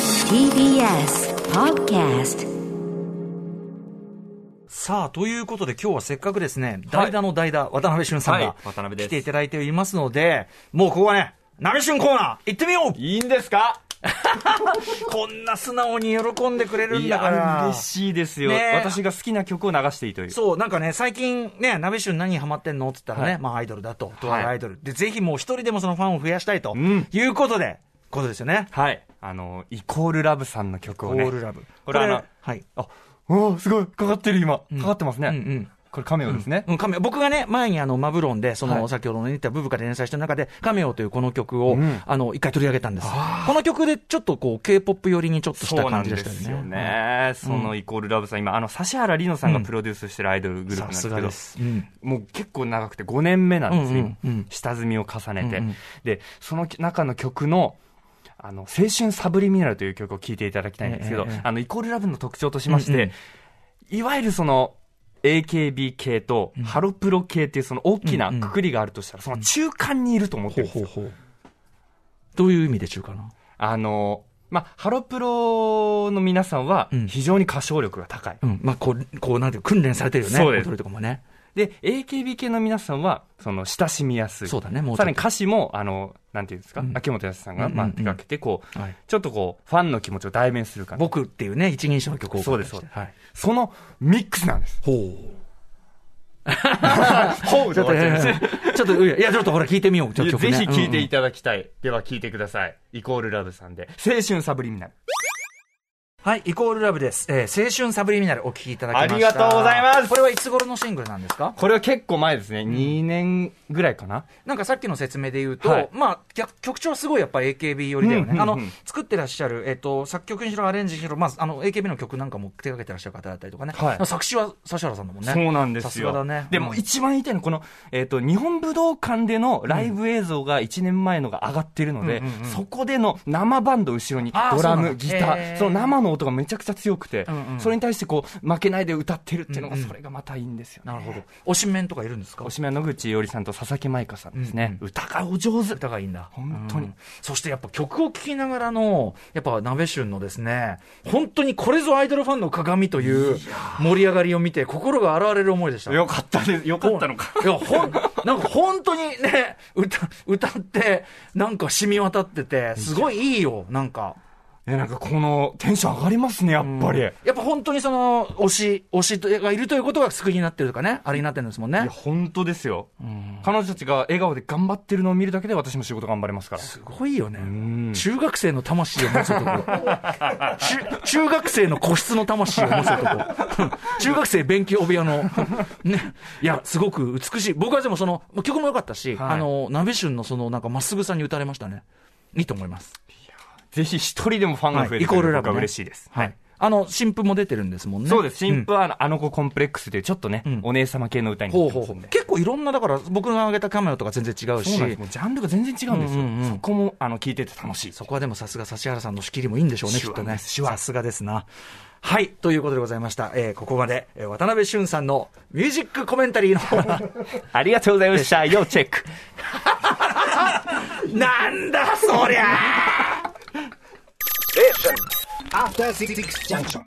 TBS Podcast さあ、ということで今日はせっかくですね、代打の代打、渡辺俊さんはがい渡辺で来すていただいていますので、もうここはね、波旬コーナー行ってみよういいんですかこんな素直に喜んでくれるんいだから。や、嬉しいですよ、ねえ私が好きな曲を流していいという。そう、なんかね、最近ね、鍋旬何ハマってんのって言ったらね、はいまあアイドルだと、とあるアイドル。で、ぜひもう一人でもそのファンを増やしたいと、んいうことで、ことですよね。はい。あの、イコールラブさんの曲オをね。ールラブ。これあの、はい。あ、おーすごい、かかってる今。かかってますね。うんうんこれカメオですね。うん、カメオ僕がね、前にあの、マブロンで、その、はい先ほどの言ったブブカで連載した中で、カメオというこの曲を、んあの、一回取り上げたんです。この曲でちょっとこう、K-POP 寄りにちょっとしそたうな感んじででしたよね。すよね。そのイコールラブさん、今、あの、指原莉乃さんがプロデュースしてるアイドルグループなんですけど、さすがですうんもう結構長くて5年目なんですよ、うんうんうん今下積みを重ねて。うんうんで、その中の曲の、あの、青春サブリミナルという曲を聴いていただきたいんですけど、ええええあの、イコールラブの特徴としまして、うんうんいわゆるその、AKB 系とハロプロ系っていうその大きなくくりがあるとしたら、その中間にいると思ってるんですよ。ほう。どういう意味で中かなあの、まあ、ハロプロの皆さんはうん非常に歌唱力が高い。うん。まあ、こう、こう、なんていうか訓練されてるよね。そうです踊りとかもね。で、AKB 系の皆さんは、その、親しみやすい。そうだねもうちょっとさらに歌詞も、あの、なんていうんですか、うん秋元康さんうが、んうんうんまあ、手掛けて、こう、はいちょっとこう、ファンの気持ちを代弁する感じ。僕っていうね、一人称の曲をそうですそうですはい。その、ミックスなん です。ほほう。うちょっと、いやいや ちょっと、いやいや、ちょっとほら、聞いてみよう、ちょっとぜ曲ねひ聴いてうんういんただきたい。では聴いてください。イコールラブさんで、青春サブリミナル。はい、イコールラブです。えー青春サブリミナルお聴きいただきました。ありがとうございますこれはいつ頃のシングルなんですかこれは結構前ですね。2年ぐらいかな。なんかさっきの説明で言うと、はいまあ、逆曲調はすごいやっぱ AKB 寄りだよね、うんうんうんあの作ってらっしゃる、えっと作曲にしろ、アレンジにしろ、まあ、あの AKB の曲なんかも手掛けてらっしゃる方だったりとかね、はい作詞は指原さんだもんね、そうなんですよ。さすがだね、でもうん一番言いたいのは、この、えっ、と、日本武道館でのライブ映像が1年前のが上がってるので、うんうんうんそこでの生バンド後ろにあードそうなラんム、だギタへーー、その生の音がめちゃくちゃ強くて、うんうんそれに対してこう、負けないで歌ってるっていうのが、うんうんそれがまたいいんですよね。なるほど、おしんめんとかいるんですかおしめは野口伊織さんと佐々木舞香さんですね。うん歌がお上手。歌がいいんだ本当にそしてやっぱ曲を聴きながらのやっぱ鍋旬のですね本当にこれぞアイドルファンの鏡という盛り上がりを見て心が洗われる思いでしたよかったです。よかったのか。いやほんなんか本当にね歌歌ってなんか染み渡っててすごいいいよなんかえ、なんかこの、テンション上がりますね、やっぱり。やっぱ本当にその推し推しがいるということが救いになってるとかねあれになってるんですもんいねや、本当ですよ。彼女たちが笑顔で頑張ってるのを見るだけで私も仕事頑張れますから。すごいよねん。中学生の魂を持つ男。中中学生の個室の魂を持つ男。中学生勉強部屋の。ね。いや、すごく美しい。僕はでもその、曲も良かったし、はいあの、鍋旬のその、なんかまっすぐさに打たれましたね。いいと思います。ぜひ一人でもファンが増えてくれるのが嬉しいです。はい。あの、新譜も出てるんですもんね。そうです。新ん婦はあのあの子コンプレックスでちょっとね、んお姉様系の歌になほっうてほうまほすうんで。結構いろんな、だから僕が挙げたカメラとか全然違うそうなんでしす。もうジャンルが全然違うんですよ。うんうんうんそこもあの聞いてて楽しい。そこはでもさすが指原さんの仕切りもいいんでしょうね、き手っ腕とね。です手さすがですな。はい。ということでございました。えーここまで、えー渡辺俊さんのミュージックコメンタリーの コーナー。ありがとうございました。要チェック。なんだそりゃ After Six Junction.